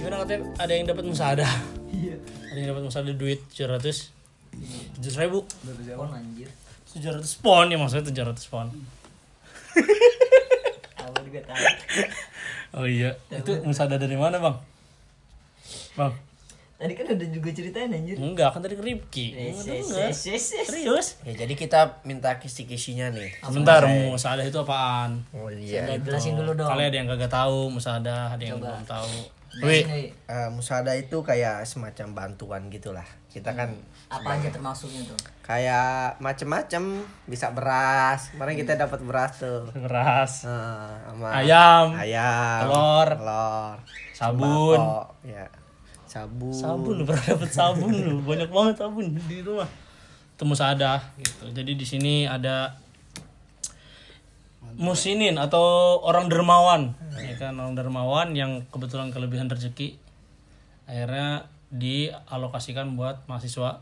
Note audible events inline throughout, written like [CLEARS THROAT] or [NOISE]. katanya ada yang dapat musada Iya. ada yang dapat musada duit 700 tujuh ribu Dari siapa? Pon Oh, anjir. 700 pon ya maksudnya 700 pon Aku juga kan. tahu. oh iya itu musada dari mana bang bang Tadi kan udah juga ceritain anjir. Eh, enggak kan tadi ke Ripki Yes, Enggak yes, dengar. yes, yes, yes. serius Ya jadi kita minta kisi-kisinya nih. sebentar musada itu apaan Oh iya. Udah Ya, jelasin dulu dong. Kalian ada yang kagak tahu musada ada yang belum tahu Wi, Jelasin, Wi. eh, musada itu kayak semacam bantuan gitulah. Kita kan Apa aja termasuknya tuh? kayak macem-macem bisa beras. Kemarin kita dapat beras tuh. beras Eh, sama ayam ayam, telur, telur, sabun. Oh. sembako, ya. Sabun. sabun lu pernah dapet sabun lu banyak banget sabun di rumah temu ada gitu jadi di sini ada musinin atau orang dermawan ya kan orang dermawan yang kebetulan kelebihan rezeki akhirnya dialokasikan buat mahasiswa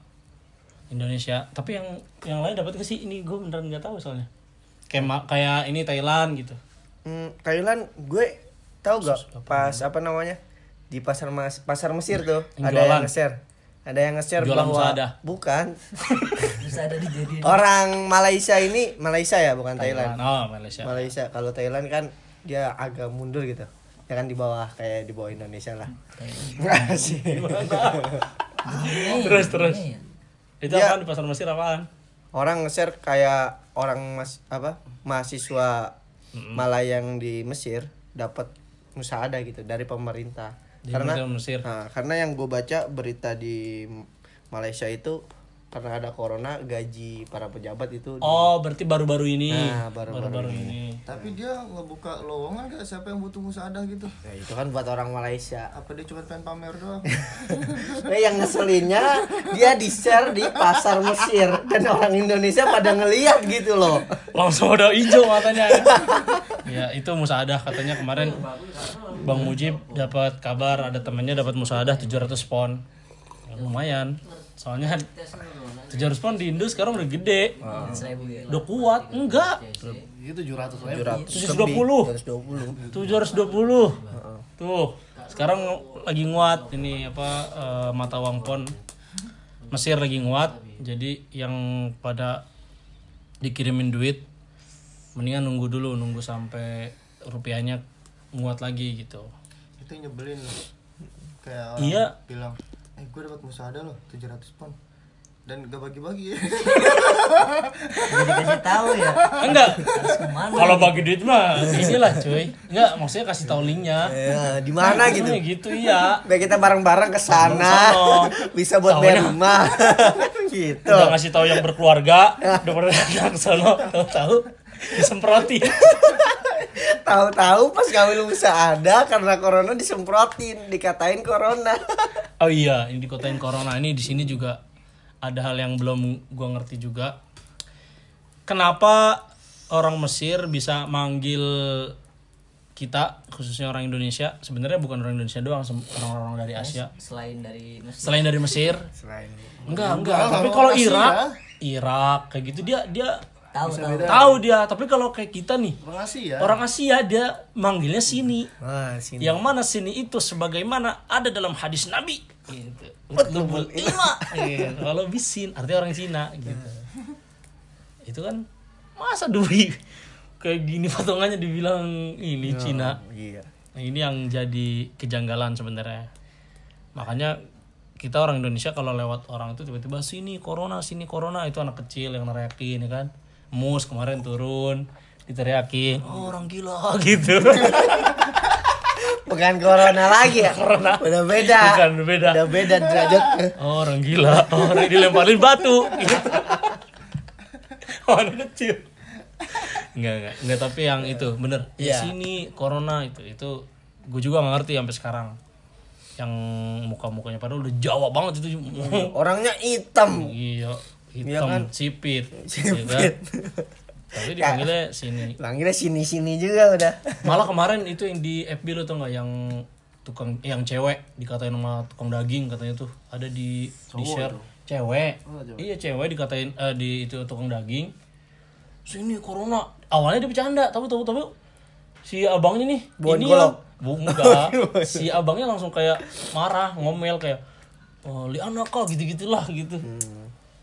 Indonesia tapi yang yang lain dapat ke sih ini gue beneran nggak tahu soalnya kayak ma- kayak ini Thailand gitu Hmm, Thailand gue tahu gak pas apa namanya di pasar mas pasar Mesir tuh Yang ada jualan. yang nge-share ada yang nge-share Jualan bahwa musada. bukan Bisa ada dijadiin. orang Malaysia ini Malaysia ya bukan Thailand, oh Malaysia Malaysia kalau Thailand kan dia agak mundur gitu ya kan di bawah kayak di bawah Indonesia lah [LAUGHS] Asik. Terus, terus. Iya. [LAUGHS] itu Iya. apaan di pasar Mesir apaan orang nge-share kayak orang mas apa mahasiswa Malaya yang di Mesir dapat musada gitu dari pemerintah Di karena Mesir, Mesir. Nah, karena yang gue baca berita di Malaysia itu karena ada corona gaji para pejabat itu di- Oh, berarti baru-baru ini. Nah, baru-baru baru-baru ini. Tapi dia ngebuka lowongan gak siapa yang butuh musada gitu? Ya, itu kan buat orang Malaysia. Apa dia cuma pengen pamer doang? [LAUGHS] Eh, yang ngeselinnya dia di share di pasar Mesir dan orang Indonesia pada ngeliat gitu loh. Langsung udah hijau matanya. ya, itu musadah katanya kemarin Bang Mujib dapat kabar ada temannya dapat musadah 700 pon. Ya, lumayan. Soalnya 700 pon di Indo sekarang udah gede. Seribu ya. Udah kuat. Enggak. Itu 700 ribu. 720. 720. 720. 720. Tuh, sekarang lagi nguat ini apa eh, mata uang pon. Mesir lagi nguat. Jadi yang pada dikirimin duit mendingan nunggu dulu nunggu sampai rupiahnya nguat lagi gitu. itu nyebelin loh. Kayak orang Iya. bilang, eh gue dapat musada loh 700 pon dan gak bagi-bagi ya. Udah dikasih tahu ya. Ah, Enggak. Kemana? Kalau bagi duit mah inilah cuy. Enggak, maksudnya kasih tahu linknya. Ya, di mana gitu? Maksudnya gitu iya. Biar kita bareng-bareng ke sana. Sono. Bisa buat Sono. bayar rumah. [LAUGHS] gitu. Udah ngasih tahu yang berkeluarga, udah pernah datang ke sono, tahu-tahu disemproti. Tahu-tahu pas kawin lu bisa ada karena corona disemprotin, dikatain corona. [LAUGHS] Oh iya, ini dikotain corona ini di sini juga ada hal yang belum gua ngerti juga. Kenapa orang Mesir bisa manggil kita khususnya orang Indonesia? Sebenarnya bukan orang Indonesia doang, sem- orang-orang dari Asia. Selain dari Mesir. Selain dari Mesir? Selain Enggak, enggak. Tapi kalau Irak, Irak kayak gitu dia dia Tahu tahu. tahu dia. Tapi kalau kayak kita nih, Orang ya. Iya. Asia. orang Asia dia manggilnya sini. Wah, sini. yang mana sini itu sebagaimana ada dalam hadis Nabi gitu. Utlubul ilma. Iya, Kalau bisin artinya orang Cina gitu. Itu kan masa duri kayak gini potongannya dibilang ini Cina. Iya. Nah, ini yang jadi kejanggalan sebenarnya. Makanya kita orang Indonesia kalau lewat orang itu tiba-tiba sini corona, sini corona itu anak kecil yang neriakin ya kan. Mus kemarin turun diteriakin, oh, orang gila [LAUGHS] gitu. Bukan corona lagi ya. Corona. Udah beda. Bukan beda. Udah beda derajatnya. Oh, orang gila, Oh, orang dilemparin batu. Gitu. Orang kecil. Enggak, enggak, enggak tapi yang itu bener. Di Iya. sini corona itu itu gue juga nggak ngerti sampai sekarang. Yang muka-mukanya padahal udah Jawa banget itu. Orangnya hitam. Iya, hitam, Iya kan? sipit, Sipit. gitu kan. Tapi dipanggilnya sini. Panggilnya sini-sini juga udah. Malah kemarin itu yang di FB lo tau nggak yang tukang yang cewek dikatain sama tukang daging katanya tuh ada di di share cewek. Oh, Iya cewek dikatain eh, di itu tukang daging. Sini corona. Awalnya dia bercanda, tapi tahu tahu si abangnya nih Bawain ini golok. ya Bu [LAUGHS] enggak. si abangnya langsung kayak marah, ngomel kayak oh, li anak kau gitu-gitulah gitu.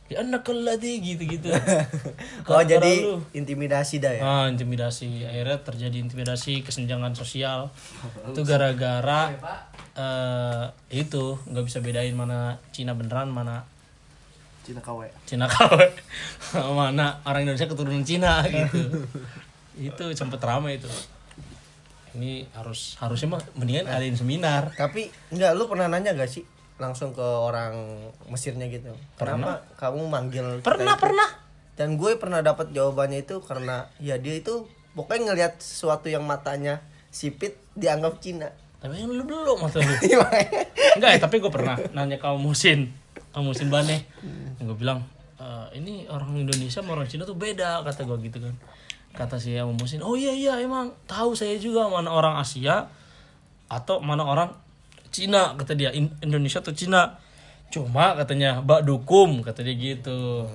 Li anak ladi gitu-gitu. Hmm. [LAUGHS] Oh Gara-gara jadi lu. intimidasi dah ya. Ah, intimidasi akhirnya terjadi intimidasi kesenjangan sosial itu gara-gara eh itu nggak bisa bedain mana Cina beneran mana Cina KW. Cina KW [LAUGHS] mana orang Indonesia keturunan Cina [LAUGHS] gitu itu sempet rame itu ini harus harusnya mah mendingan adain seminar Tapi enggak lu pernah nanya gak sih langsung ke orang Mesirnya gitu. Kenapa kamu manggil kita pernah itu? pernah Dan gue pernah dapat jawabannya itu karena ya dia itu pokoknya ngelihat sesuatu yang matanya sipit dianggap Cina. [LAUGHS] Iya, tapi kan lu belum masa lu Gimana? enggak ya tapi gue pernah nanya ke musin ke musin bane gue bilang "Eh, ini orang Indonesia sama orang Cina tuh beda kata gue gitu kan kata si Om musin oh iya iya emang tahu saya juga mana orang Asia atau mana orang Cina kata dia "In- Indonesia tuh Cina cuma katanya bak dukum kata dia gitu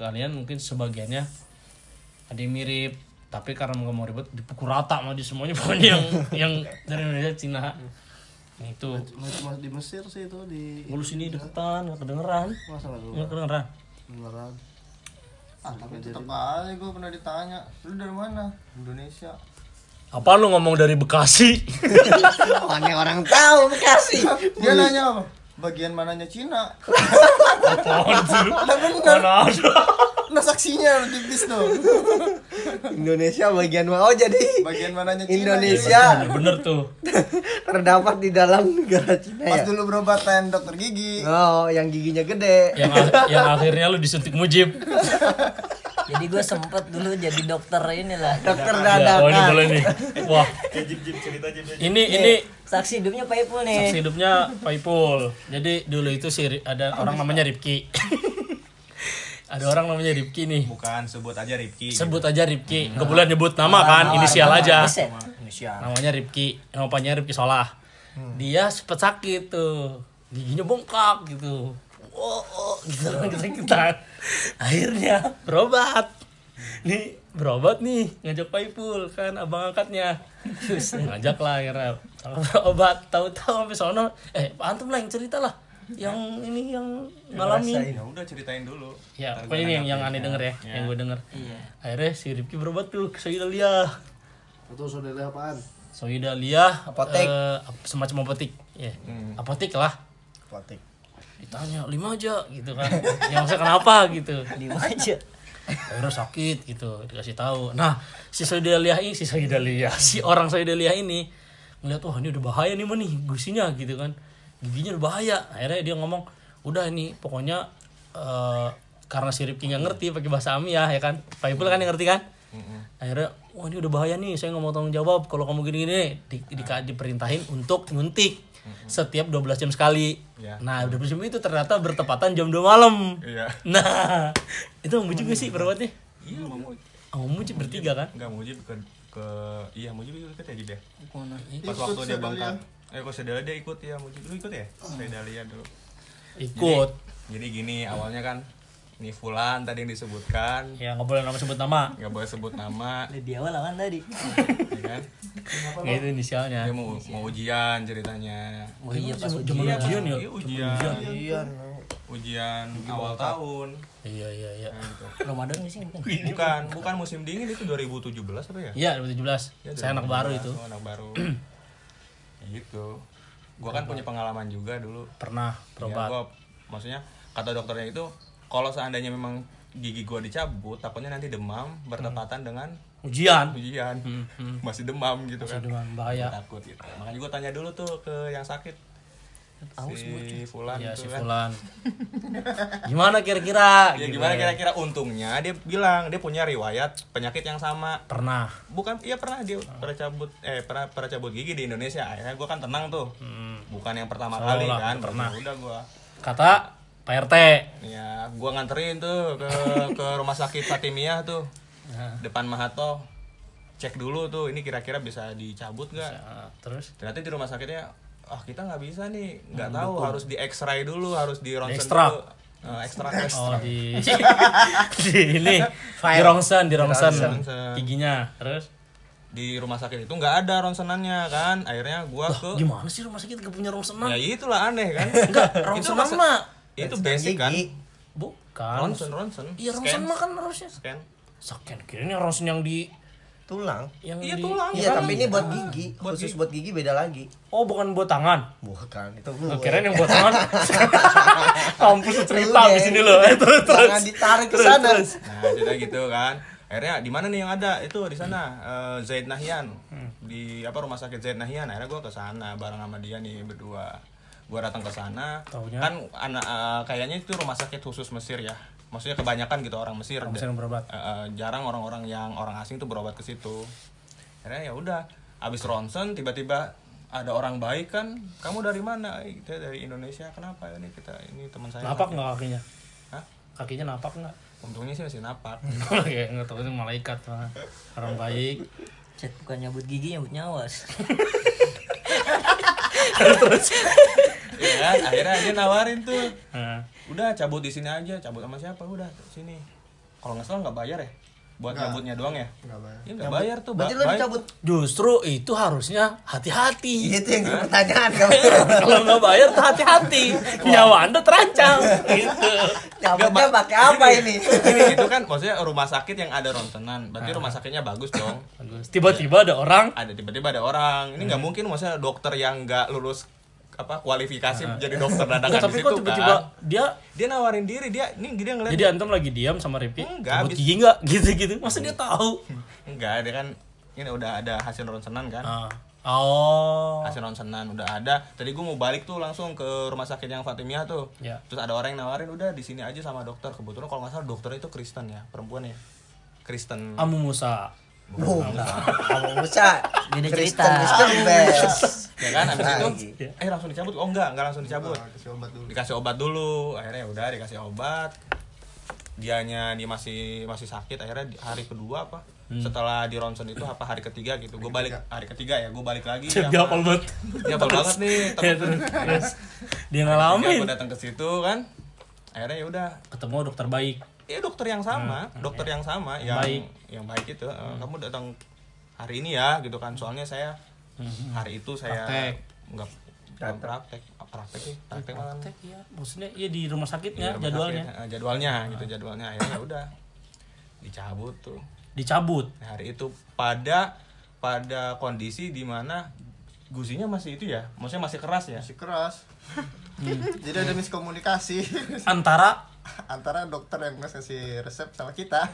kalian mungkin sebagiannya ada yang mirip tapi karena nggak mau ribet dipukul rata sama dia semuanya [LAUGHS] pokoknya yang yang dari Indonesia Cina Nah, itu Mas, mas di Mesir sih itu di Mulu sini deketan, gak kedengeran masalah lu Gak kedengeran beneran. Ah, tapi tetap aja gue pernah ditanya, lu dari mana? Indonesia. Apa lu ngomong dari [LAUGHS] Bekasi? Mana orang tahu Bekasi. Dia nanya apa? Bagian mananya Cina? [LAUGHS] Apaan sih lu? Mana Kan ada? Nah saksinya tipis tuh. Indonesia bagian mana? Oh jadi Bagian mananya Cina? Indonesia Iya. Bener tuh [LAUGHS] terdapat di dalam negara Cina Pas ya. dulu berobatan dokter gigi. Oh, yang giginya gede. yang, a- yang akhirnya lu disuntik mujib Jadi gue sempet dulu jadi dokter inilah. Dokter Ya, Oh ini boleh dadakan. nih Wah Ya, Ini, ini Saksi hidupnya Paipul nih. Saksi hidupnya Paipul Jadi dulu itu si, Ri- ada orang namanya [LAUGHS] Ripki Ada orang namanya Ripki nih Bukan sebut aja Ripki. Sebut aja Ripki Gak boleh nyebut nama kan, inisial aja Buset. Indonesia. namanya Ripki namanya Ripki Solah Hmm. dia sempet sakit tuh giginya bengkak gitu oh, oh gitu [LAUGHS] kan kesakitan akhirnya berobat nih berobat nih ngajak Paipul kan abang angkatnya ngajak lah akhirnya Sama berobat tahu-tahu sampai sono eh antum lah yang cerita lah yang ini yang ngalamin Ya udah ceritain dulu. ya Ntar gua pokoknya ini yang yang nanggapin. aneh denger ya yang gue denger Iya. akhirnya si Ripki berobat tuh ke Italia Atau saudara apaan? Soidaliah Apotek. eh, ap- semacam apotek ya apotek lah Potik. ditanya lima aja gitu kan yang saya kenapa gitu Diem aja. akhirnya sakit gitu dikasih tahu nah si Soidaliah ini si Soidaliah si orang Soidaliah ini ngeliat wah ini udah bahaya nih mah nih gusinya gitu kan giginya udah bahaya akhirnya dia ngomong udah ini pokoknya eh, karena si Ripki nggak ngerti pakai bahasa Amiah ya kan Pak Ipul kan yang ngerti kan akhirnya wah ini udah bahaya nih saya nggak mau tanggung jawab kalau kamu gini-gini di, di- diperintahin untuk nyuntik setiap 12 jam sekali Iya. nah 12 jam itu ternyata bertepatan jam 2 malam Iya. Nah, itu Om Buji gue sih berobatnya. Iya, mau Mujib. Om Buji bertiga kan? Enggak Mujib ke ke iya Mujib ikut ya Jib ya. Iya. Ikut Pas waktu dia Sedalia. bangkat. Eh kok Sedalia dia ikut ya Mujib lu ikut ya? Sedalia dulu. Ikut. Jadi gini awalnya kan nih Fulan tadi yang disebutkan Ya nggak boleh nama sebut nama. nggak boleh sebut nama [LAUGHS] Udah Di awal lawan tadi. ya kan Ya itu inisialnya. dia mau mau ujian ceritanya Oh iya pas Zaman ujian. ujian ya. iya ujian ujian awal tahun Iya iya iya. Ramadan gak sih bukan? bukan bukan musim dingin itu 2017 apa ya Iya 2017. Saya anak baru itu. Oh, anak [CLEARS THROAT] baru gitu gua kan punya pengalaman juga dulu Pernah ya, berobat. gua maksudnya kata dokternya itu kalau seandainya memang gigi gua dicabut takutnya nanti demam Hmm. bertepatan dengan Ujian. ujian Hmm, masih demam gitu kan Dengan bahaya. takut gitu makanya gua tanya dulu tuh ke yang sakit si Fulan Ya itu si kan Fulan. Gimana kira-kira? Ya Gitu gimana ya. kira-kira untungnya dia bilang dia punya riwayat penyakit yang sama. Pernah. Bukan iya pernah dia Hmm. pernah cabut eh pernah pernah cabut gigi di Indonesia. Akhirnya gua kan tenang tuh. Bukan yang pertama kali Hmm. lah, kan. pernah. Udah gua. Kata Pak RT. Ya, gua nganterin tuh ke ke rumah sakit Fatimiyah tuh. Depan Mahato. Cek dulu tuh ini kira-kira bisa dicabut gak? Nah, terus Ternyata di rumah sakitnya ah kita nggak bisa nih, nggak tahu harus di X-ray dulu, harus Hmm, di ronsen Di-ekstrak. dulu. Eh, ekstrak Oh ekstrak. di [LAUGHS] di ini di rongsen di rongsen Rongsen. giginya terus di rumah sakit itu nggak ada ronsenannya kan akhirnya gua ke Gimana sih rumah sakit gak punya rongsenan? ya itulah aneh kan itu Rongsenan masa- mah itu basic kan Gigi. bukan. ronsen ronsen Iya Scan, rongsen mah kan harusnya. scan Saken kira ini ronsen yang di tulang yang Iya, di tulang. iya Iya, tapi ini buat gigi khusus buat gigi beda lagi Oh, bukan buat tangan. bukan itu Oh, gue kirain yang buat [LAUGHS] tangan. Kampus cerita di Lu, Deng. sini loh. [LAUGHS] Eh, Terus terus. Iya, jangan ditarik ke sana nah jadi gitu kan akhirnya di mana nih yang ada itu di sana eh, Zaid Nahyan di apa rumah sakit Zaid Nahyan akhirnya gua ke sana bareng sama dia nih berdua gua datang ke sana Taunya? kan anak eh, kayaknya itu rumah sakit khusus Mesir ya maksudnya kebanyakan gitu orang Mesir Rongsen yang berobat. Eh, eh, jarang orang-orang yang orang asing tuh berobat ke situ akhirnya ya udah abis ronsen tiba-tiba ada orang baik kan kamu dari mana "Eh, kita dari Indonesia kenapa ini kita ini teman saya Napak nggak kakinya? Hah? Kakinya napak [LAUGHS] nggak? untungnya sih masih napak Ya nggak tahu itu malaikat lah. Orang baik. Cet bukan nyabut gigi nyabut nyawas. Iya kan? akhirnya dia nawarin tuh Nah, udah cabut di sini aja cabut sama siapa udah sini kalau nggak salah nggak bayar ya buat cabutnya doang ya Enggak bayar. Iya nggak bayar tuh berarti ba- lu baik. dicabut Justru itu harusnya hati-hati. itu yang jadi pertanyaan kamu [LAUGHS] Kalau nggak bayar tuh hati-hati. Nyawa anda [LAUGHS] terancam. Gitu. nyabutnya pakai apa ya? ini Ini itu kan maksudnya rumah sakit yang ada ronsenan Nah. berarti rumah sakitnya bagus dong Terus Tiba-tiba ada orang ada tiba-tiba ada orang ini Iya. nggak mungkin maksudnya dokter yang nggak lulus apa kualifikasi jadi [LAUGHS] dokter Nggak, dadakan Nah. tapi di kok situ tiba-tiba kan dia dia nawarin diri dia ini dia ngeliat jadi antum lagi diam sama Ripi Enggak, cabut abis- gigi nggak [LAUGHS] gitu-gitu masa dia tahu enggak dia kan ini udah ada hasil ronsenan kan Ah. oh hasil ronsenan udah ada tadi gue mau balik tuh langsung ke rumah sakit yang Fatimiyah tuh Ya. terus ada orang yang nawarin udah di sini aja sama dokter kebetulan kalau nggak salah dokter itu Kristen ya perempuan ya Kristen Amu Musa Oh, kamu bisa Beda cerita. Kristen Kristen best ya kan habis Lagi. itu eh langsung dicabut oh enggak enggak langsung dicabut Nah, Kasih obat dulu. dikasih obat dulu akhirnya udah dikasih obat dianya dia masih masih sakit akhirnya di- hari kedua apa Hmm. setelah di ronsen itu apa hari ketiga gitu gue balik hari ketiga ya gue balik lagi dia sama- hafal banget dia hafal banget [LAUGHS] nih Ya, terus, terus dia Akhirnya ngalamin gue datang ke situ kan akhirnya ya udah ketemu dokter baik Iya dokter yang sama, dokter yang sama yang Baik. yang baik itu. eh, Kamu datang hari ini ya gitu kan. Soalnya saya hari itu saya Praktek. nggak nggak praktek, Ah, praktek sih, praktek malam. iya maksudnya iya di rumah Iya, sakitnya rumah jadwalnya sakit. Eh, jadwalnya gitu jadwalnya akhirnya udah dicabut tuh. dicabut Nah, hari itu pada pada kondisi di mana gusinya masih itu ya, maksudnya masih keras ya. Masih keras. Jadi ada miskomunikasi [LAUGHS] antara antara dokter yang ngasih resep sama kita.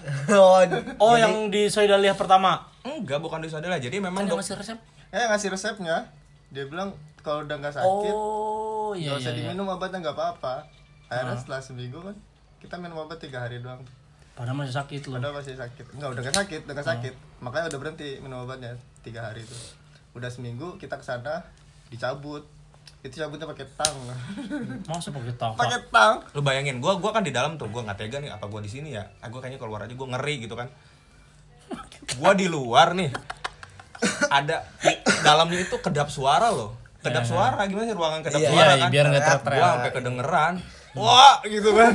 oh oh, jadi- yang di Soidaliah pertama Enggak, bukan disadari lah. Jadi memang Kan yang dok- ngasih resep. Eh ngasih resepnya, dia bilang kalau udah nggak sakit, oh nggak iya iya, iya usah Ah. diminum obatnya nggak apa-apa. Akhirnya setelah seminggu kan kita minum obat tiga hari doang. padahal masih sakit loh Padahal masih sakit. Enggak udah nggak sakit, udah Ah. nggak sakit. Makanya udah berhenti minum obatnya tiga hari itu. Udah seminggu kita kesana dicabut. Itu cabutnya pakai tang. [LAUGHS] masa pakai tongkat pakai tang. lu bayangin gua gua kan di dalam tuh gua nggak tega nih apa gua di sini ya ah, gua kayaknya keluar aja gua ngeri gitu kan gua di luar nih ada dalamnya itu kedap suara loh kedap suara gimana sih ruangan kedap Iya, suara iya, kan biar nggak Iya. gua sampai kedengeran wah gitu kan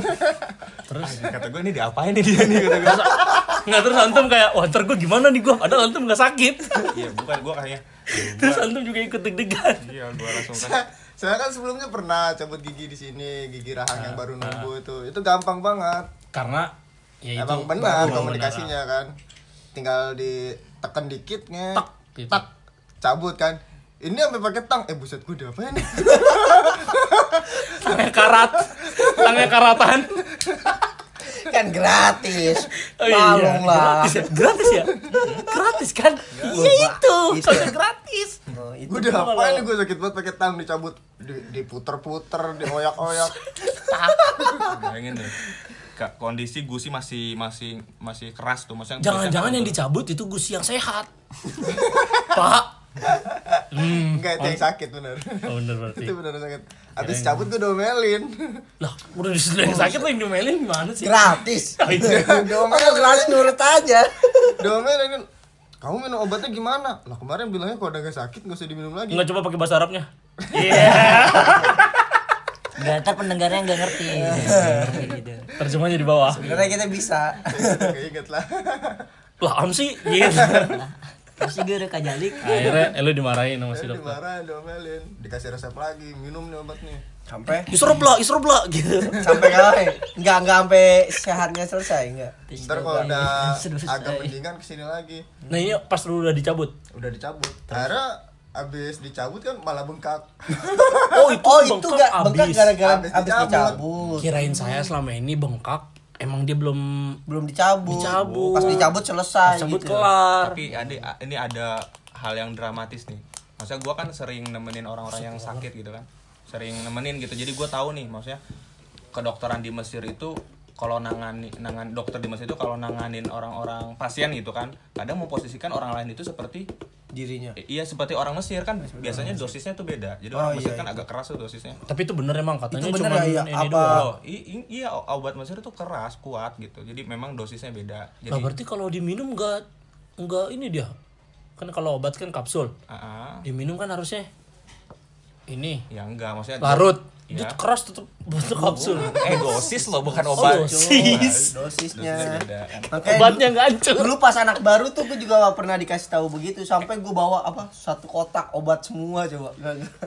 terus Anjing, kata gua ini diapain nih dia nih kata [LAUGHS] gua [LAUGHS] nggak terus antum kayak wah ntar gue gimana nih gue padahal antum nggak sakit [LAUGHS] iya bukan gua kayaknya terus antum juga ikut deg-degan iya gua langsung kan Saya- saya kan sebelumnya pernah cabut gigi di sini gigi rahang Ah, yang baru nunggu itu itu gampang banget karena ya itu emang baru benar ah. komunikasinya kan tinggal ditekan dikit nge Tak, gitu. tak, cabut kan ini sampai pakai tang eh buset gue [LAUGHS] udah apa ini tangan karat tangan karatan kan gratis Oh iya, malum lah gratis ya? gratis ya gratis kan iya itu Gitu. soalnya gratis Oh, itu gue udah apa ini gue sakit banget pakai tang dicabut di- diputer-puter [LAUGHS] dioyak-oyak bayangin deh Ka- kondisi gusi masih masih masih keras tuh maksudnya jangan-jangan ya, yang dicabut itu gusi yang sehat pak hmm enggak itu yang sakit bener oh bener berarti [LAUGHS] itu bener sakit habis cabut gue [LAUGHS] domelin lah udah disitu yang sakit lah yang diomelin gimana sih gratis Oh, iya. [LAUGHS] kalau gratis nurut aja domelin kan kamu minum obatnya gimana? Lah kemarin bilangnya kalau udah gak sakit gak usah diminum lagi [LAUGHS] nggak coba pakai bahasa Arabnya iya Nggak, ntar pendengarnya nggak ngerti. Eh. Kayak gitu. Iya, terjemahnya di bawah sebenarnya kita bisa Gak inget lah Iya. lah am sih gitu Masih gara kajalik. akhirnya eh, lu dimarahin sama si [LAUGHS] Jadi dokter marah diomelin dikasih resep lagi minum nih obatnya sampai isrob lah isrob lah gitu sampai kalah ya? enggak enggak sampai sehatnya selesai enggak ntar kalau [LAUGHS] udah Selesai. agak mendingan kesini lagi nah ini pas lu udah dicabut udah dicabut akhirnya abis dicabut kan malah bengkak [LAUGHS] oh itu oh bengkak itu enggak bengkak abis. gara-gara Abis abis dicabut. dicabut kirain saya selama ini bengkak emang dia belum belum dicabut Dicabut. pas dicabut selesai cabut gitu kelar tapi ada ini ada hal yang dramatis nih maksudnya gue kan sering nemenin orang-orang yang sakit gitu kan sering nemenin gitu jadi gue tahu nih maksudnya kedokteran di Mesir itu kalau nangani nangan dokter di Mesir itu kalau nanganin orang-orang pasien gitu kan kadang memposisikan orang lain itu seperti dirinya i- iya seperti orang Mesir kan biasanya dosisnya tuh beda jadi Oh, orang Mesir iya, kan agak keras tuh dosisnya tapi itu bener emang katanya Itu bener cuma ya, iya. ini Apa? doang oh i- i- iya obat Mesir itu keras kuat gitu jadi memang dosisnya beda jadi Lah Nah, berarti kalau diminum nggak nggak ini dia kan kalau obat kan kapsul ah, ah. diminum kan harusnya ini ya enggak maksudnya larut Iya. itu keras tetap bentuk kapsul eh dosis loh bukan oh obat sis dosisnya beda kan. Makanya obatnya nggak dulu- hancur dulu pas anak baru tuh gue juga pernah dikasih tahu begitu sampai gue bawa apa satu kotak obat semua coba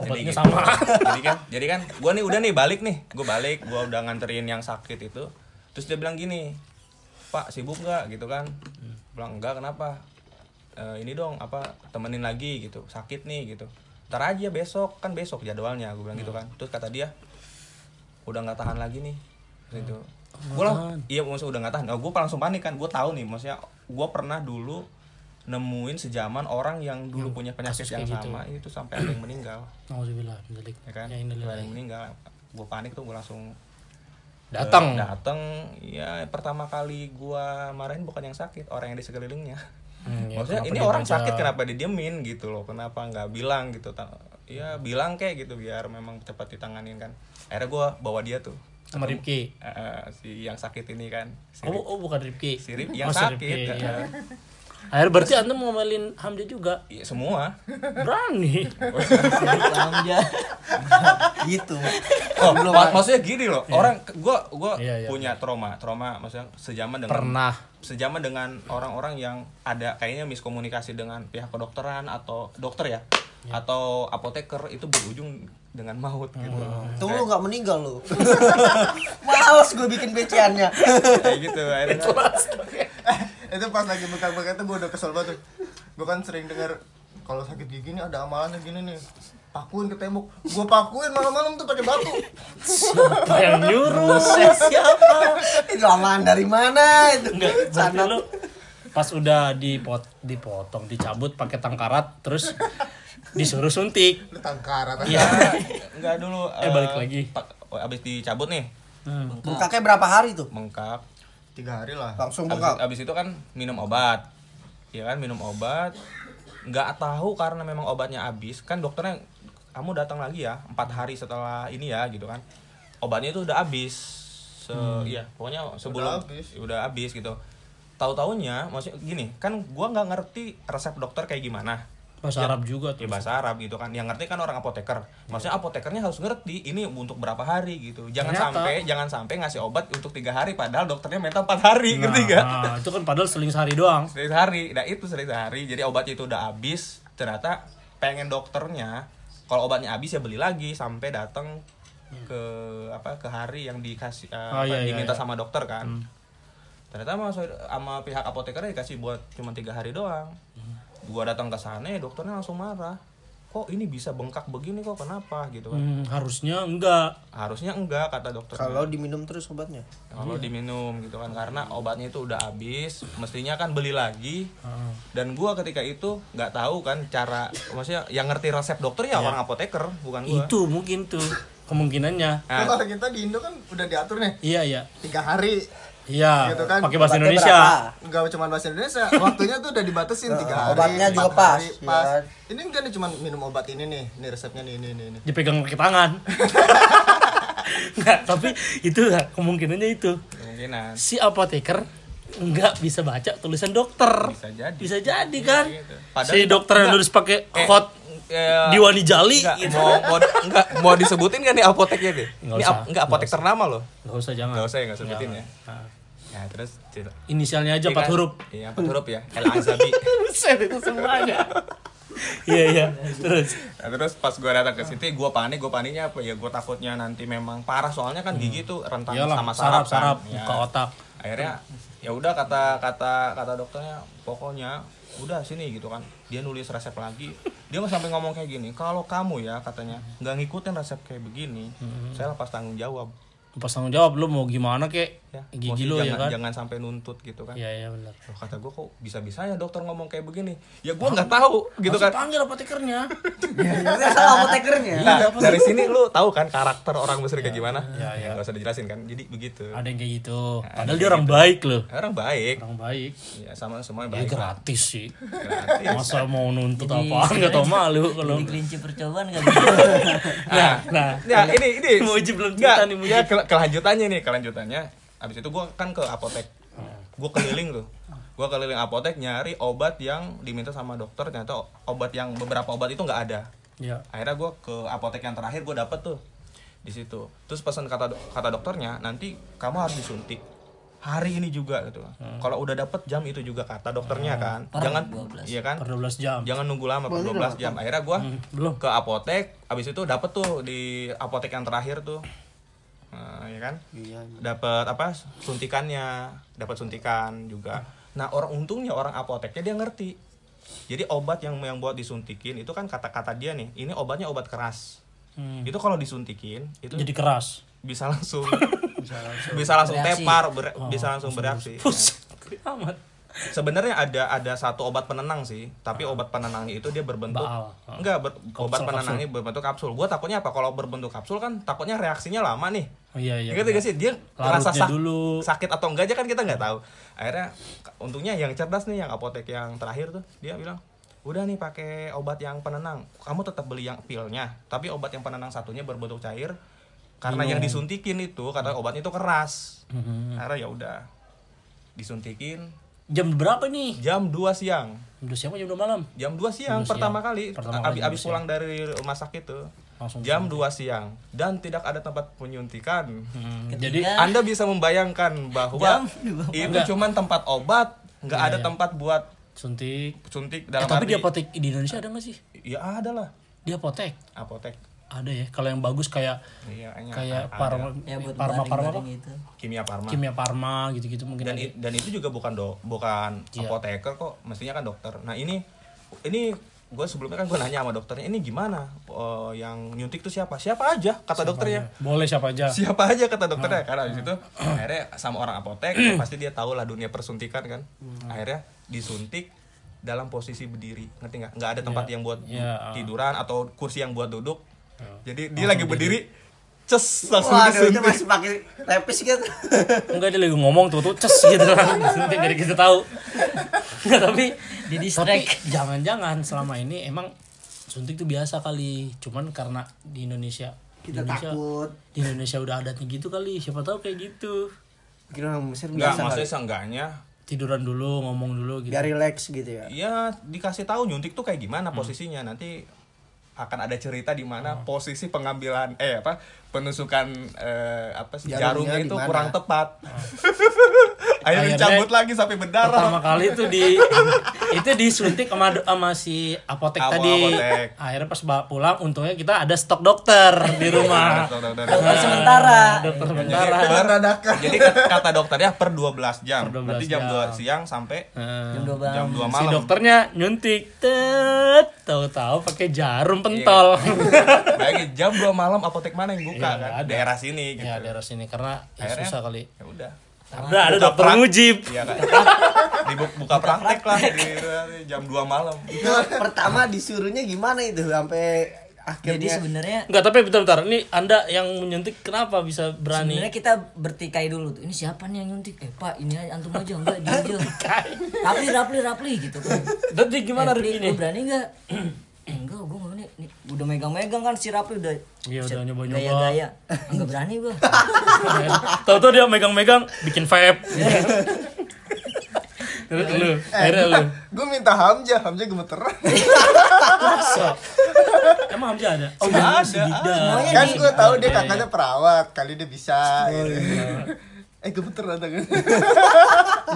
obatnya gitu. sama [LAUGHS] jadi kan jadi kan gue nih udah nih balik nih gue balik gue udah nganterin yang sakit itu terus dia bilang gini pak sibuk nggak gitu kan bilang enggak kenapa "Eh, ini dong apa temenin lagi gitu sakit nih gitu ntar aja besok kan besok jadwalnya gue bilang gitu kan terus kata dia udah nggak tahan lagi nih Terus itu gue lah iya maksudnya udah nggak tahan nah, gue langsung panik kan gue tahu nih maksudnya gue pernah dulu nemuin sejaman orang yang dulu punya penyakit yang sama itu sampai ada yang meninggal Nauzubillah, mendelik. ya kan Ya, ini Gua lah. ada yang meninggal gue panik tuh gue langsung datang dateng ya pertama kali gue marahin bukan yang sakit orang yang di sekelilingnya Hmm, ya, maksudnya kenapa ini dia orang baca- sakit kenapa didiemin gitu loh kenapa nggak bilang gitu Ta- ya bilang kayak gitu biar memang cepat ditanganin kan akhirnya gue bawa dia tuh sama Ripki eh, eh, si yang sakit ini kan si, oh, oh bukan Ripki si Rip- yang Oh, si sakit Ripki, eh, iya. [LAUGHS] eh, akhir berarti anda mau ngomelin Hamdi juga iya, [LAUGHS] semua berani Hamja. gitu oh, mak- maksudnya gini loh orang gue gue Iya, iya. punya trauma trauma maksudnya sejaman dengan pernah sejaman dengan orang-orang yang ada kayaknya miskomunikasi dengan pihak kedokteran atau dokter ya Iya. atau apoteker itu berujung dengan maut gitu Oh. Untung lu gak meninggal lu [LAUGHS] Males gue bikin beciannya kayak gitu akhirnya kan- Eh, itu pas lagi bengkak-bengkak itu gue udah kesel banget tuh. gue kan sering dengar kalau sakit gigi nih ada amalannya gini nih pakuin ke tembok gue pakuin malam-malam tuh pakai batu siapa yang nyuruh [LAUGHS] Siapa? Itu lamaan dari mana itu? Enggak, [LAUGHS] berarti lu pas udah dipot dipotong, dicabut pakai tangkarat terus disuruh suntik. lu tangkarat Iya. enggak dulu Eh, balik lagi. pa- oh, abis dicabut nih Bengkaknya berapa hari tuh? mengkap tiga hari lah Langsung abis, bengkak abis itu kan minum obat ya kan minum obat nggak tahu karena memang obatnya habis kan dokternya kamu datang lagi ya empat hari setelah ini ya gitu kan obatnya itu udah habis se Hmm. iya, pokoknya sebelum habis. ya udah habis gitu tahu taunya maksudnya gini kan gua nggak ngerti resep dokter kayak gimana Bahasa Arab juga ya tuh. bahasa Arab gitu kan yang ngerti kan orang apoteker maksudnya apotekernya harus ngerti ini untuk berapa hari gitu jangan Iya. Ternyata. sampai jangan sampai ngasih obat untuk tiga hari padahal dokternya minta empat hari ngerti nggak Nah, itu kan padahal seling sehari doang. sering sehari nah itu sering sehari jadi obatnya itu udah habis ternyata pengen dokternya kalau obatnya habis ya beli lagi sampai datang ke apa ke hari yang dikasih eh, Iya. Oh, apa, iya, iya, diminta iya. sama dokter kan ternyata sama, sama pihak apotekernya dikasih buat cuma tiga hari doang Hmm. gua datang ke sana ya dokternya langsung marah kok ini bisa bengkak begini kok kenapa gitu kan Hmm, harusnya enggak. harusnya enggak kata dokter Kalau diminum terus obatnya Iya. kalau diminum gitu kan karena obatnya itu udah habis mestinya kan beli lagi dan gua ketika itu nggak tahu kan cara maksudnya yang ngerti resep dokter ya orang apoteker bukan gua Iya. Itu mungkin tuh kemungkinannya. Nah, kalau kita di Indo kan udah diatur nih Iya, iya. tiga hari Iya, Gitu kan, pakai bahasa Obatnya Ah. Indonesia. nggak cuma bahasa Indonesia waktunya tuh udah dibatasin tiga hari Eh, obatnya empat juga pas, hari, ya pas. kan? ini enggak nih cuma minum obat ini nih ini resepnya nih ini ini ini Dipegang pakai [LAUGHS] tangan. Nggak, tapi itu nggak, kemungkinannya itu. kemungkinan Si apoteker nggak bisa baca tulisan dokter. bisa jadi Bisa jadi kan? gitu. si dokter yang nulis pakai Eh, hot eh, Diwani Jali nggak, gitu. mau mau nggak, mau disebutin kan nih apoteknya deh Nggak ini usah. ap- nggak apotek ternama loh Nggak usah jangan. nggak usah ya nggak sebutin ya Nah, Nah, terus cerita. Inisialnya aja Iya empat kan? huruf. [LAUGHS] Iya, empat huruf ya. El Azabi. [LAUGHS] Buset itu semuanya. Iya iya. Terus Nah, terus pas gue datang ke situ, gue panik, gue paniknya apa ya? Gue takutnya nanti memang parah soalnya kan gigi tuh rentan Hmm. Iyalah, sama sarap sarap, kan? sarap Iya. buka otak. Akhirnya ya udah kata kata kata dokternya pokoknya udah sini gitu kan. Dia nulis resep lagi. Dia mah sampai ngomong kayak gini, kalau kamu ya katanya nggak ngikutin resep kayak begini, Hmm. saya lepas tanggung jawab. Pas tanggung jawab lu mau gimana kek? Ya, Gigi maksudnya lu ya jangan, kan? jangan sampai nuntut gitu kan. Iya iya benar. Loh, kata gue kok bisa bisanya dokter ngomong kayak begini ya gue nggak tahu gitu kan Panggil [LAUGHS] apotekernya. Ternyata salah [LAUGHS] apotekernya. Nah, dari sini lu tahu kan karakter orang Mesir kayak gimana? Iya, iya. Gak usah dijelasin kan. Jadi begitu. Ada yang kayak gitu. Nah, Padahal dia orang baik loh. Orang baik. Orang baik. Ya sama semuanya Ya baik. Iya. lah. gratis sih. Gratis. Masa mau nuntut Jadi, apa nggak [LAUGHS] tau malu kalau. Jadi kelinci percobaan kali. [LAUGHS] Nah, Nah, ya ini ini Muji belum cerita Nggak, nih, Muji. Ya ke- kelanjutannya nih, kelanjutannya. Abis itu gua kan ke apotek. Gua keliling tuh. Gua keliling apotek nyari obat yang diminta sama dokter ternyata obat yang beberapa obat itu nggak ada. ya. akhirnya gue ke apotek yang terakhir gue dapet tuh di situ terus pesan kata do- kata dokternya nanti kamu harus disuntik hari ini juga gitu Hmm. kalau udah dapet jam itu juga kata dokternya kan Per jangan 12. iya kan Per 12 jam. jangan nunggu lama per 12 jam akhirnya gue Hmm, belum. ke apotek abis itu dapet tuh di apotek yang terakhir tuh Nah, ya kan dapat apa suntikannya dapat suntikan juga nah orang untungnya orang apoteknya dia ngerti jadi obat yang yang buat disuntikin itu kan kata-kata dia nih ini obatnya obat keras Hmm. itu kalau disuntikin itu Jadi keras. [LAUGHS] bisa langsung bisa langsung Bereaksi. tepar ber- Oh, bisa langsung bereaksi Buset, gede amat. sebenarnya ada ada satu obat penenang sih tapi obat penenangnya itu dia berbentuk Baal. Ah. enggak ber- obat kapsul. penenangnya berbentuk kapsul gue takutnya apa kalau berbentuk kapsul kan takutnya reaksinya lama nih Oh, iya iya. Iya, benar. ngerti gak sih dia Larutnya ngerasa sak- dulu. sakit atau enggak aja kan kita nggak tahu akhirnya k- untungnya yang cerdas nih yang apotek yang terakhir tuh dia bilang udah nih pakai obat yang penenang kamu tetap beli yang pilnya tapi obat yang penenang satunya berbentuk cair karena yang disuntikin itu kata obatnya itu keras Mhm. Hmm. akhirnya ya udah disuntikin Jam berapa nih? jam 2 siang Udah siapa jam 2 malam? jam 2 siang Jam 2 pertama siang. kali Pertama abis, kali jam abis 2 pulang dari rumah sakit tuh Langsung jam 2 siang dan tidak ada tempat penyuntikan Hmm, Ketika- Jadi anda bisa membayangkan Jam bahwa dua itu cuman tempat obat, nggak Iya, ada tempat buat suntik. Eh, suntik dalam tapi di arti. apotek di Indonesia ada nggak sih? Ya ada lah Di apotek apotek. ada ya. Kalau yang bagus kayak Iya, hanya kayak ada. parma ya buat parma parma apa? baring-baring gitu. itu. kimia parma. Kimia parma gitu-gitu mungkin. Dan ada. i- dan itu juga bukan do, bukan Iya. apoteker kok, mestinya kan dokter. Nah, ini ini gue sebelumnya kan gue nanya sama dokternya ini gimana Eh, yang nyuntik tuh siapa siapa aja kata dokternya Boleh siapa aja. [LAUGHS] Ah. siapa aja kata dokternya karena abis itu akhirnya sama orang [CLEARS THROAT] apotek ya pasti dia tahu lah dunia persuntikan kan Hmm. akhirnya disuntik dalam posisi berdiri ngerti nggak nggak ada tempat yang buat Iya, ah. Iya. Oh, tiduran atau kursi yang buat duduk jadi dia lagi berdiri ces langsung Waduh, itu disuntik masih pakai lepis [LAUGHS] gitu. Enggak dia lagi ngomong tuh tuh ces gitu [LAUGHS] kan. Disuntik, jadi kita tahu. [LAUGHS] Nggak, tapi Di tapi distract. jangan-jangan selama ini emang suntik tuh biasa kali. Cuman karena di Indonesia Kita di Indonesia, takut. Di Indonesia udah adatnya gitu kali. Siapa tahu kayak gitu. Mungkin orang Mesir nggak biasa kali. maksudnya seenggaknya Tiduran dulu, ngomong dulu gitu. Biar relax gitu ya. ya dikasih tahu nyuntik tuh kayak gimana Hmm. posisinya nanti akan ada cerita di Oh. mana posisi pengambilan eh apa penusukan eh, apa sih Jarumnya jarumnya, di itu mana? kurang tepat [LAUGHS] akhirnya Oh. Akhirnya- dicabut lagi sampai berdarah pertama kali itu di itu disuntik sama sama si apotek Sama tadi apotek. akhirnya pas bawa pulang untungnya kita ada stok dokter di rumah Dokter- dokter- Iya, dokter. Dokter sementara. dokter Jadi sementara per- Dadakan. Jadi kat- kata dokternya per 12 jam. Per 12 Berarti jam jam. 2 siang sampai Eh, Jam 2 jam malam. 2 si malam. dokternya nyuntik tet tahu-tahu pakai jarum Iya. [LAUGHS] pentol [LAUGHS] Bayangin jam 2 malam apotek mana yang buka Iya, kan? nggak ada. Daerah sini gitu. ya daerah sini karena ya, Akhirnya- susah kali Ya udah. udah ada Buka dokter prak- mujib Iya kan. Dibuka buka praktek lah di, di jam 2 malam. Itu pertama disuruhnya gimana itu sampai Jadi akhirnya sebenarnya Enggak, tapi bentar-bentar. Ini Anda yang menyuntik kenapa bisa berani? sebenarnya kita bertikai dulu tuh. Ini siapa nih yang nyuntik? Eh, Pak, ini aja, antum aja [LAUGHS] enggak dia aja. Rapli, rapli, rapli gitu kan. Jadi gimana Eh, Pri, Rifki ini? lu berani [CLEARS THROAT] enggak? enggak, gua enggak berani. Nih, udah megang-megang kan si Rapli udah Iya, udah set, nyoba-nyoba. Gaya-gaya. Enggak berani gua. [LAUGHS] Tahu-tahu dia megang-megang bikin vape. Terus lu, Iya, akhirnya [LAUGHS] lu. Gue minta Hamzah, Hamzah gemeteran. So. Emang Hamzah ada? Oh, Nggak ada. Digda. Iya, kan gue tahu dia kakaknya perawat, kali dia bisa. gitu. eh gemeteran tangan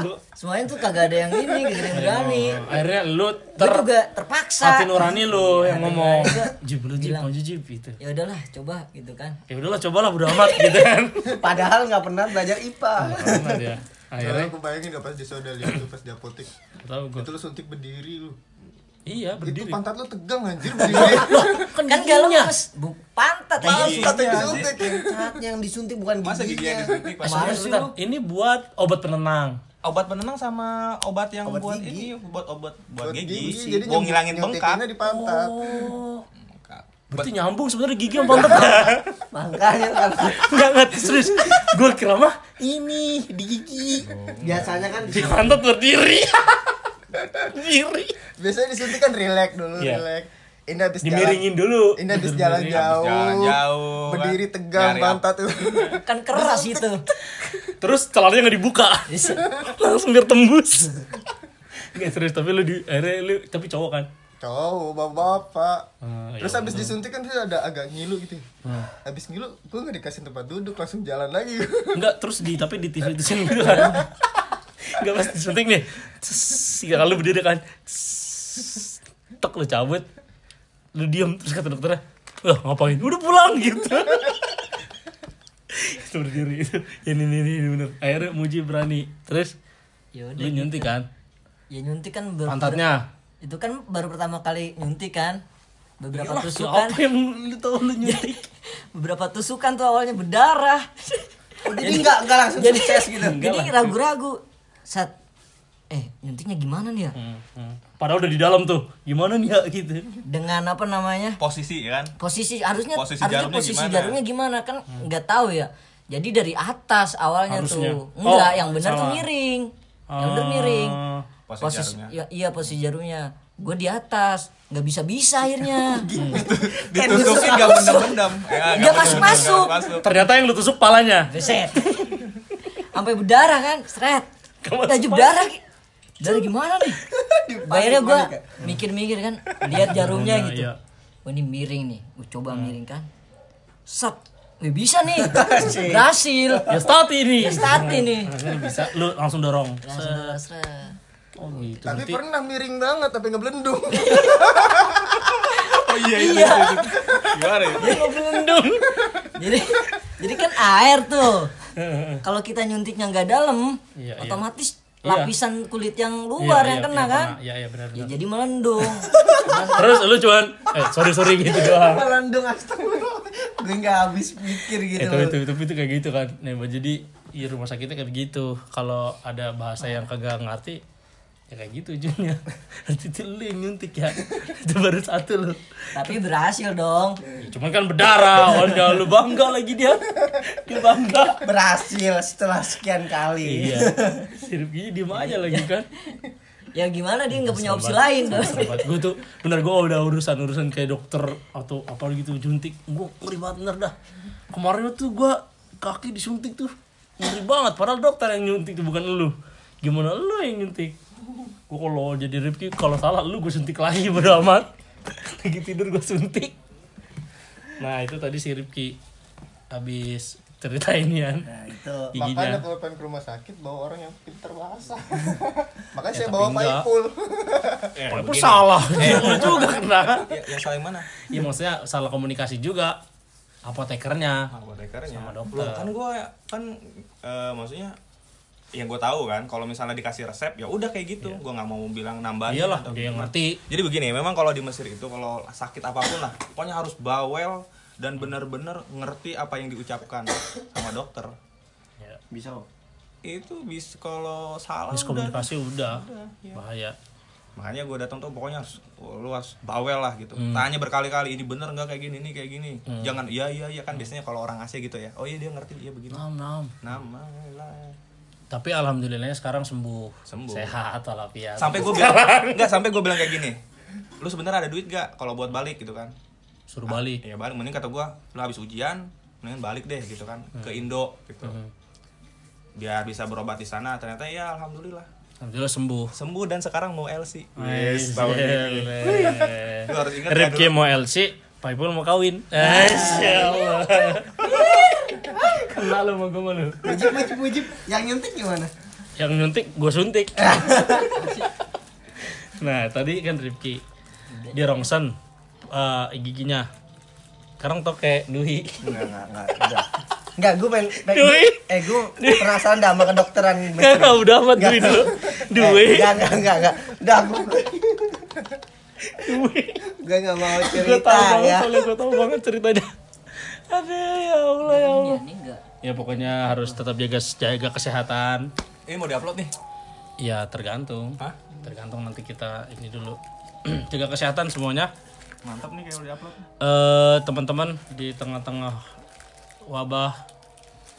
Lu- Semuanya tuh kagak ada yang ini, kagak ada yang berani. akhirnya lu Gue Iya, ter juga terpaksa. hati nurani lu yang ngomong nurani gua jib lu jib bilang. maju jib gitu Ya udahlah, coba gitu kan. ya udahlah cobalah bodo [LAUGHS] amat gitu kan Padahal nggak pernah belajar IPA. Bodo amat ya akhirnya Soalnya aku bayangin gak pas di soda lihat tuh pas di apotek tahu gua Itu lu suntik berdiri lu iya Itu berdiri pantat lu tegang anjir [LAUGHS] berdiri Kan galau mas, bu pantat Pantat yang aja. disuntik Saatnya yang disuntik bukan masa gigi giginya. yang disuntik Pak? Sebentar, Eh, sebentar. ini buat obat penenang obat penenang sama obat yang Obat buat gigi. ini buat obat buat, Buat gigi, gigi, Jadi mau nyun- ngilangin nyuntikinnya bengkak di pantat Oh. Bengkak. berarti nyambung sebenarnya gigi sama pantat Makanya kan nggak ngerti serius gua kira mah ini di gigi biasanya kan di pantat berdiri [LAUGHS] berdiri Biasanya disuntik kan relax dulu, Iya. relax Ini habis dimiringin jalan dulu Ini habis jalan Habis jauh jalan jauh, kan. Berdiri tegang Nyari pantat tuh [LAUGHS] Kan keras itu. terus celananya nggak dibuka [LAUGHS] langsung biar tembus nggak serius tapi lu di akhirnya lu tapi cowok kan Cowok, bapak-bapak Ah, Terus ya habis disuntik kan dia ada agak ngilu gitu Hmm. Habis ngilu, gua gak dikasih tempat duduk, langsung jalan lagi Enggak, terus di tapi di TV itu sini gitu kan. Enggak pas disuntik nih. Tss, Tiga kali berdiri kan. Tss, Tek lu cabut. Lu diem terus kata dokternya, "Lah, ngapain? Udah pulang gitu." [LAUGHS] itu berdiri itu. Ini ini ini, ini bener. Akhirnya Muji berani. Terus Ya lu udah. nyuntik kan Ya nyuntik kan ber- pantatnya. Itu kan baru pertama kali nyuntik kan. Beberapa Yalah, tusukan. apa yang lu tahu lu nyuntik? [LAUGHS] Beberapa tusukan tuh awalnya berdarah. Oh, jadi [LAUGHS] nggak nggak langsung Jadi sukses gitu. Jadi ragu-ragu. Saat eh nyuntiknya gimana nih ya? [LAUGHS] Hmm. Padahal udah di dalam tuh. Gimana nih ya gitu. Dengan apa namanya? posisi ya kan posisi harusnya Posisi harusnya jarumnya posisi gimana? jarumnya gimana kan nggak tahu ya jadi dari atas awalnya Hmm. Harusnya. tuh enggak Oh, yang benar tuh salah. miring yang benar miring Ah, posisi jarumnya. ya, iya posisi jarumnya gue di atas nggak bisa [LAUGHS] bisa akhirnya Oh, gitu. Kan ditusukin gak bendam-bendam ya, Nggak nggak masuk-masuk. nggak masuk. Ternyata yang lu tusuk palanya. beset sampai berdarah kan seret Kamu udah aja berdarah Ki. Darah gimana [LAUGHS] nih bayarnya gue mikir-mikir kan lihat Jarumnya, jarumnya gitu iya. Hmm. oh ini miring nih gue coba miring kan set Wih, bisa [LAUGHS] nih berhasil Ya start ini. Ya, start ini. Nah, lu bisa lu langsung dorong. Langsung Eh. seret. Oh gitu. Tapi Berarti pernah miring banget, tapi ngeblendung oh iya itu Iya. itu. gimana ya belendung. jadi [LAUGHS] jadi kan air tuh kalau kita nyuntiknya nggak dalam Iya, iya. otomatis Iya. lapisan kulit yang luar yang kena kan Iya iya benar ya benar. jadi [LAUGHS] melendung Terus lu cuman eh sorry sorry gitu doang. Melandung astagfirullah. Gue nggak habis pikir gitu. itu itu itu itu kayak gitu kan. Nah, jadi di rumah sakitnya kayak gitu. Kalau ada bahasa yang kagak ngerti ya [LAUGHS] kayak gitu ujungnya. Nanti itu lu yang nyuntik ya. itu baru satu lu. tapi berhasil dong Ya, Cuman kan berdarah, Wanda lu bangga lagi dia. Dia bangga. Berhasil setelah sekian kali. Iya. Sirup gini diem aja lagi kan. ya gimana dia nggak punya opsi lain dong gue tuh bener gue udah urusan urusan kayak dokter atau apa gitu juntik gue ngeri banget bener dah kemarin tuh gue kaki disuntik tuh ngeri banget padahal dokter yang nyuntik tuh bukan lu gimana lu yang nyuntik gue kalau jadi Rifki kalau salah lu gue suntik lagi bodo amat [LAUGHS] lagi tidur gue suntik nah itu tadi si Rifki habis cerita ini kan Nah, itu giginya Makanya kalau pengen ke rumah sakit bawa orang yang pinter [LAUGHS] bahasa. Makanya Ya, saya tapi bawa enggak. Paipul. Eh, Walaupun begini. salah Lu juga kena Ya, yang salah yang mana Iya maksudnya salah komunikasi juga apotekernya Ah, apotekernya Sama dokter. Loh, kan gue kan eh, maksudnya yang gue tahu kan kalau misalnya dikasih resep ya udah kayak gitu gue nggak mau bilang nambah Iya. iyalah dia yang ngerti jadi begini memang kalau di Mesir itu kalau sakit apapun lah pokoknya harus bawel dan bener-bener ngerti apa yang diucapkan sama dokter Ya, bisa. kok. itu bis kalau salah udah iya. miskomunikasi udah, bahaya makanya gue datang tuh pokoknya harus luas bawel lah gitu tanya berkali-kali ini bener nggak kayak gini ini kayak gini jangan iya iya iya kan biasanya kalau orang Asia gitu ya oh iya dia ngerti iya begini enam enam nama lah tapi alhamdulillahnya sekarang sembuh, Sembuh. sehat walafiat sampai gue bilang nggak sampai gue bilang kayak gini lu sebenarnya ada duit gak kalau buat balik gitu kan suruh balik ya balik mending kata gue lu habis ujian mendingan balik deh gitu kan ke Indo gitu biar bisa berobat di sana ternyata ya alhamdulillah alhamdulillah sembuh Iya, sembuh dan sekarang mau LC Wes, tahun ini. boleh. Lu harus ingat ya Rifki dulu. Iya. mau LC Paipul mau kawin Eh, Masya Allah Kena lu ya sama gue malu. Wajib wajib wajib. Yang nyuntik gimana? Yang nyuntik gue suntik. [LAUGHS] nah tadi kan Rifki dia rongsen eh, giginya. Sekarang tuh kayak Dwi. Enggak enggak enggak. Udah. Enggak, gue pengen, pengen- Dwi. eh gue penasaran dah sama kedokteran Enggak, enggak, [LAUGHS] udah amat Dwi dulu. Dwi. Eh, enggak, enggak, enggak, enggak. Udah gue Dwi. gue enggak mau Gue cerita tahu banget, ya. soalnya gue tahu banget ceritanya. Aduh, ya Allah, ya Ini Allah. Iya. aneh enggak? Ya pokoknya harus tetap jaga jaga kesehatan. Ini mau diupload nih. Ya tergantung. Hah? Tergantung nanti kita ini dulu. [CLEARS THROAT] Jaga kesehatan semuanya. Mantap nih kayak udah diupload. Eh teman-teman di tengah-tengah wabah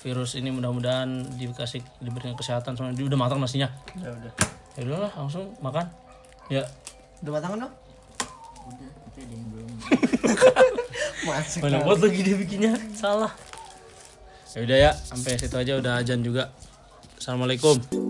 virus ini mudah-mudahan dikasih diberikan kesehatan semuanya. Udah matang nasinya. Ya udah. Ya udahlah langsung makan. Ya. Udah matang kan, dong? Udah, tapi ada yang [LAUGHS] belum. Masih. Mana buat lagi dia bikinnya salah. Ya udah ya, sampai situ aja udah ajan juga. Assalamualaikum.